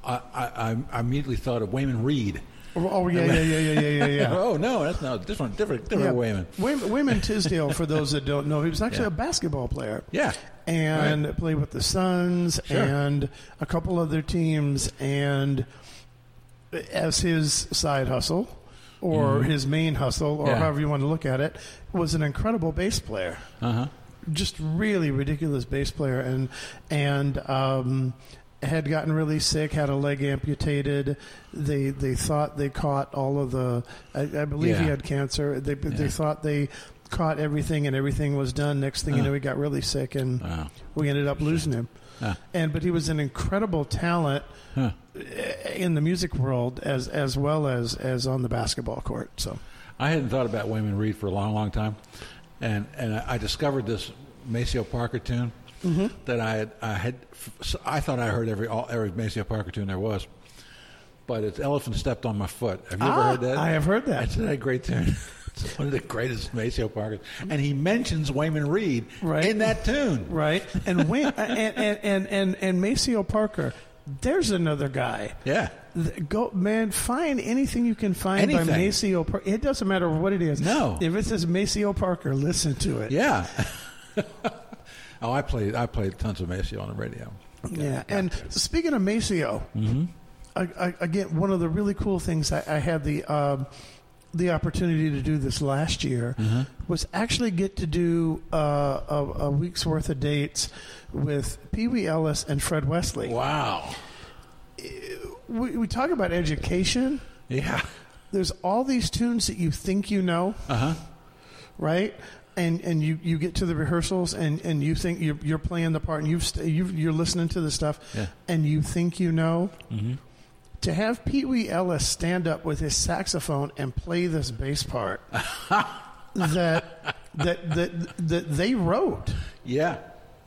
S1: I, I, I immediately thought of Wayman Reed.
S2: Oh, oh yeah yeah yeah yeah yeah yeah. yeah.
S1: Oh no, that's not different, different, different
S2: Yeah.
S1: Wayman.
S2: Wayman. Wayman Tisdale, for those that don't know, he was actually
S1: Yeah.
S2: a basketball player.
S1: Yeah.
S2: and played with the Suns
S1: Sure.
S2: and a couple other teams, and as his side hustle or his main hustle,
S1: Mm-hmm.
S2: or
S1: Yeah.
S2: however you want to look at it, was an incredible bass player.
S1: Uh huh.
S2: Just really ridiculous bass player, and and um, had gotten really sick, had a leg amputated. They they thought they caught all of the. I, I believe he
S1: Yeah.
S2: had cancer. They
S1: Yeah.
S2: they thought they caught everything, and everything was done. Next thing you
S1: Uh.
S2: know, he got really sick, and
S1: Wow.
S2: we ended up losing him.
S1: Ah.
S2: And but he was an incredible talent
S1: Huh.
S2: in the music world as as well as as on the basketball court. So
S1: I hadn't thought about Wayman Reed for a long, long time, and and I I discovered this Maceo Parker tune
S2: Mm-hmm.
S1: that I had I had I thought I heard every all every Maceo Parker tune there was, but it's Elephant Stepped on My Foot. Have you ever
S2: Ah,
S1: heard that?
S2: I have heard that.
S1: It's a great tune. It's one of the greatest Maceo Parker, and he mentions Wayman Reed
S2: Right.
S1: in that tune.
S2: right and when and and and and, and Maceo Parker, there's another guy.
S1: Yeah.
S2: Th- Go man, find anything you can find by
S1: Anything.
S2: Maceo. Par- it doesn't matter what it is.
S1: No.
S2: if it says Maceo Parker, listen to it.
S1: Yeah. oh, I played I played tons of Maceo on the radio. Mm-hmm.
S2: Yeah, and speaking of Maceo, I, I, again, one of the really cool things I, I had the um, the opportunity to do this last year was actually get to do uh, a, a week's worth of dates with Pee Wee Ellis and Fred Wesley.
S1: Wow.
S2: We, we talk about education.
S1: Yeah.
S2: There's all these tunes that you think you know,
S1: Uh huh.
S2: right? And and you, you get to the rehearsals and, and you think you're, you're playing the part and you've st- you've you're listening to the stuff
S1: Yeah.
S2: and you think you know. To have Pee Wee Ellis stand up with his saxophone and play this bass part that, that that that they wrote
S1: Yeah.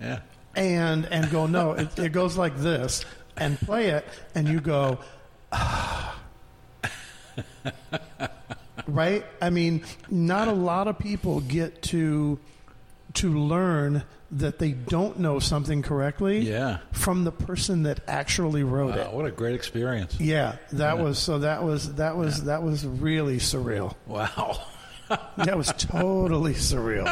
S1: Yeah.
S2: and and go no it, it goes like this and play it and you go "Ah." right i mean not a lot of people get to to learn that they don't know something correctly
S1: Yeah.
S2: from the person that actually wrote
S1: Wow,
S2: it
S1: what a great experience.
S2: yeah that was so that was that was that was really surreal
S1: Wow.
S2: that was totally surreal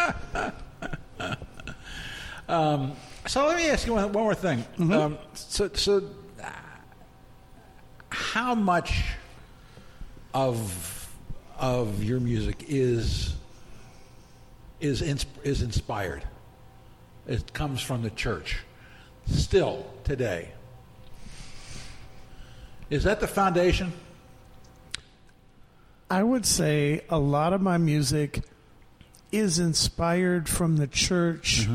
S1: So let me ask you one, one more thing. Um, so, so uh, how much of of your music is is ins- is inspired? It comes from the church, still today. Is that the foundation?
S2: I would say a lot of my music is inspired from the church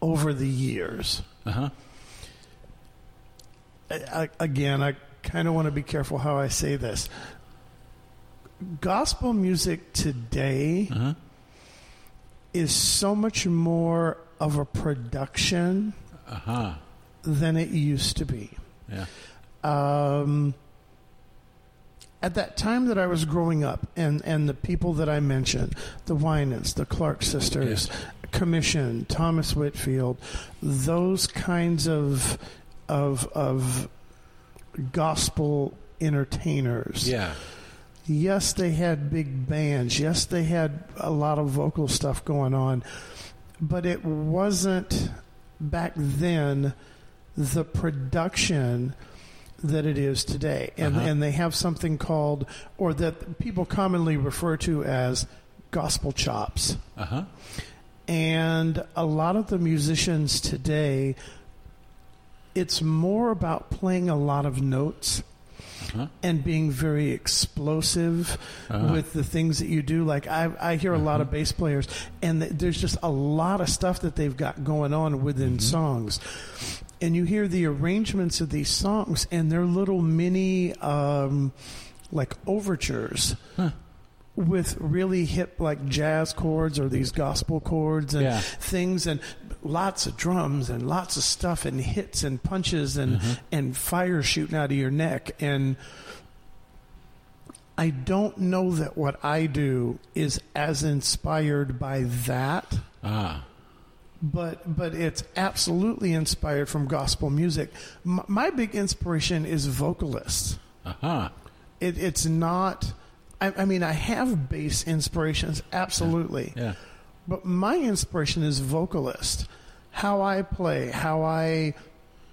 S2: over the years.
S1: Uh huh.
S2: I, I, again, I kind of want to be careful how I say this. Gospel music today
S1: Uh-huh.
S2: is so much more of a production
S1: Uh huh.
S2: than it used to be.
S1: Yeah.
S2: um, at that time that I was growing up, and, and the people that I mentioned, the Winans, the Clark sisters, Commission, Thomas Whitfield, those kinds of of of gospel entertainers
S1: Yeah.
S2: Yes, they had big bands. Yes, they had a lot of vocal stuff going on, but it wasn't back then the production that it is today. And
S1: Uh-huh.
S2: and they have something called or that people commonly refer to as gospel chops.
S1: Uh huh.
S2: And a lot of the musicians today, it's more about playing a lot of notes
S1: Uh-huh.
S2: and being very explosive
S1: Uh-huh.
S2: with the things that you do. Like I, I hear a lot of bass players, and th- there's just a lot of stuff that they've got going on within songs. And you hear the arrangements of these songs, and they're little mini, um, like overtures. With really hip like jazz chords or these gospel chords and
S1: Yeah.
S2: things and lots of drums and lots of stuff and hits and punches and and fire shooting out of your neck and I don't know that what I do is as inspired by that,
S1: Ah.
S2: but but it's absolutely inspired from gospel music. M- my big inspiration is vocalists.
S1: Uh huh.
S2: It, it's not. I, I mean, I have bass inspirations, absolutely.
S1: Yeah.
S2: But my inspiration is vocalist. How I play, how I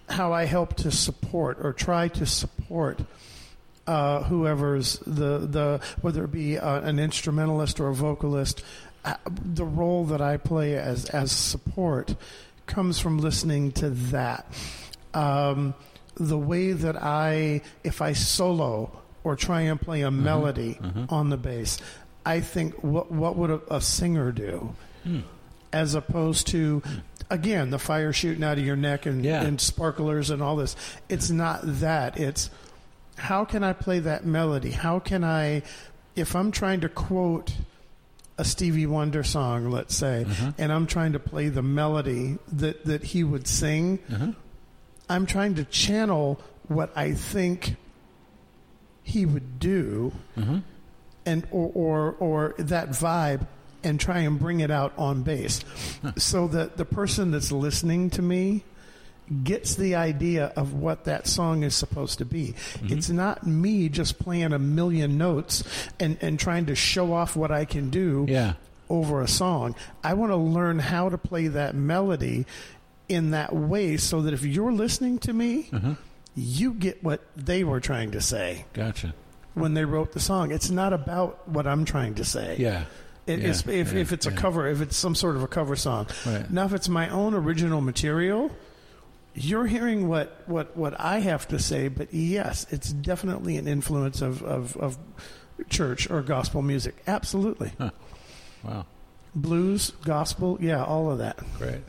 S2: how I help to support or try to support uh, whoever's the the whether it be uh, an instrumentalist or a vocalist, uh, the role that I play as as support comes from listening to that. Um, the way that I if I solo or try and play a melody
S1: uh-huh,
S2: on the bass, I think what what would a, a singer do? As opposed to, again, the fire shooting out of your neck and,
S1: Yeah.
S2: and sparklers and all this. It's not that. It's how can I play that melody? How can I, if I'm trying to quote a Stevie Wonder song, let's say,
S1: Mm-hmm. uh-huh,
S2: and I'm trying to play the melody that, that he would sing,
S1: uh-huh.
S2: I'm trying to channel what I think he would do and or, or or that vibe and try and bring it out on bass so that the person that's listening to me gets the idea of what that song is supposed to be. It's not me just playing a million notes and, and trying to show off what I can do
S1: Yeah.
S2: over a song. I want to learn how to play that melody in that way so that if you're listening to me,
S1: uh-huh,
S2: you get what they were trying to say
S1: Gotcha.
S2: when they wrote the song. It's not about what I'm trying to say.
S1: Yeah.
S2: It,
S1: Yeah.
S2: it's, if,
S1: Yeah.
S2: if it's a
S1: Yeah.
S2: cover, if it's some sort of a cover song.
S1: Right.
S2: Now, if it's my own original material, you're hearing what, what, what I have to say, but yes, it's definitely an influence of, of, of church or gospel music. Absolutely.
S1: Wow.
S2: Blues, gospel, yeah, all of that.
S1: Great.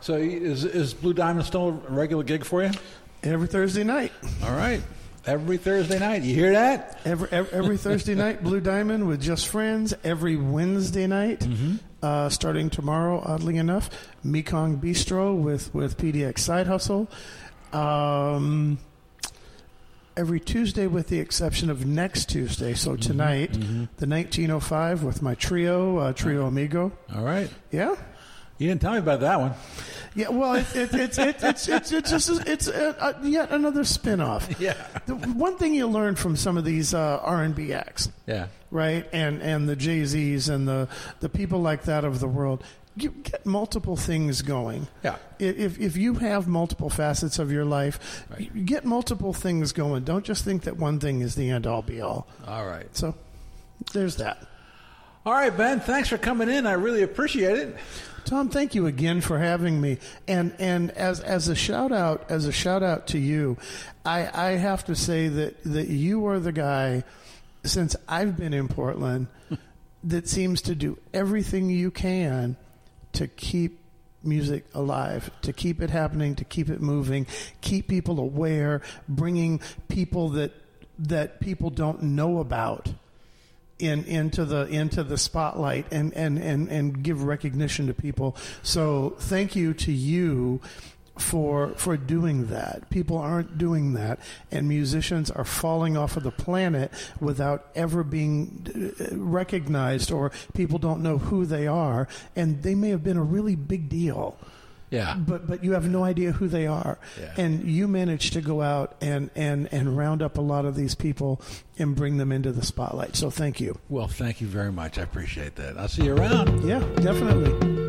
S1: So is is Blue Diamond still a regular gig for you?
S2: Every Thursday night.
S1: All right. Every Thursday night. You hear that?
S2: Every, every, every Thursday night, Blue Diamond with Just Friends. Every Wednesday night,
S1: Mm-hmm,
S2: uh, starting tomorrow, oddly enough, Mekong Bistro with, with PDX Side Hustle. Um, every Tuesday, with the exception of next Tuesday. So tonight,
S1: mm-hmm.
S2: the 1905 with my trio, uh, Trio Amigo.
S1: All right.
S2: Yeah?
S1: You didn't tell me about that one.
S2: Yeah, well, it, it, it's it, it's it's it's just it's uh, uh, yet another spinoff.
S1: Yeah.
S2: The one thing you learn from some of these uh, R and B acts,
S1: Yeah.
S2: right, and and the Jay Z's and the the people like that of the world, you get multiple things going.
S1: Yeah.
S2: If if- if you have multiple facets of your life,
S1: Right.
S2: you get multiple things going. Don't just think that one thing is the end all be all.
S1: All right.
S2: So, there's that.
S1: All right, Ben. Thanks for coming in. I really appreciate it.
S2: Tom, thank you again for having me. And and as as a shout out as a shout out to you, I I have to say that that you are the guy since I've been in Portland that seems to do everything you can to keep music alive, to keep it happening, to keep it moving, keep people aware, bringing people that that people don't know about in into the into the spotlight and and and and give recognition to people. So thank you to you for for doing that. People aren't doing that and musicians are falling off of the planet without ever being uh, recognized or people don't know who they are and they may have been a really big deal
S1: Yeah.
S2: But but you have no idea who they are,
S1: Yeah.
S2: and you manage to go out and and and round up a lot of these people and bring them into the spotlight. So thank you.
S1: Well, thank you very much. I appreciate that. I'll see you around.
S2: Yeah, definitely.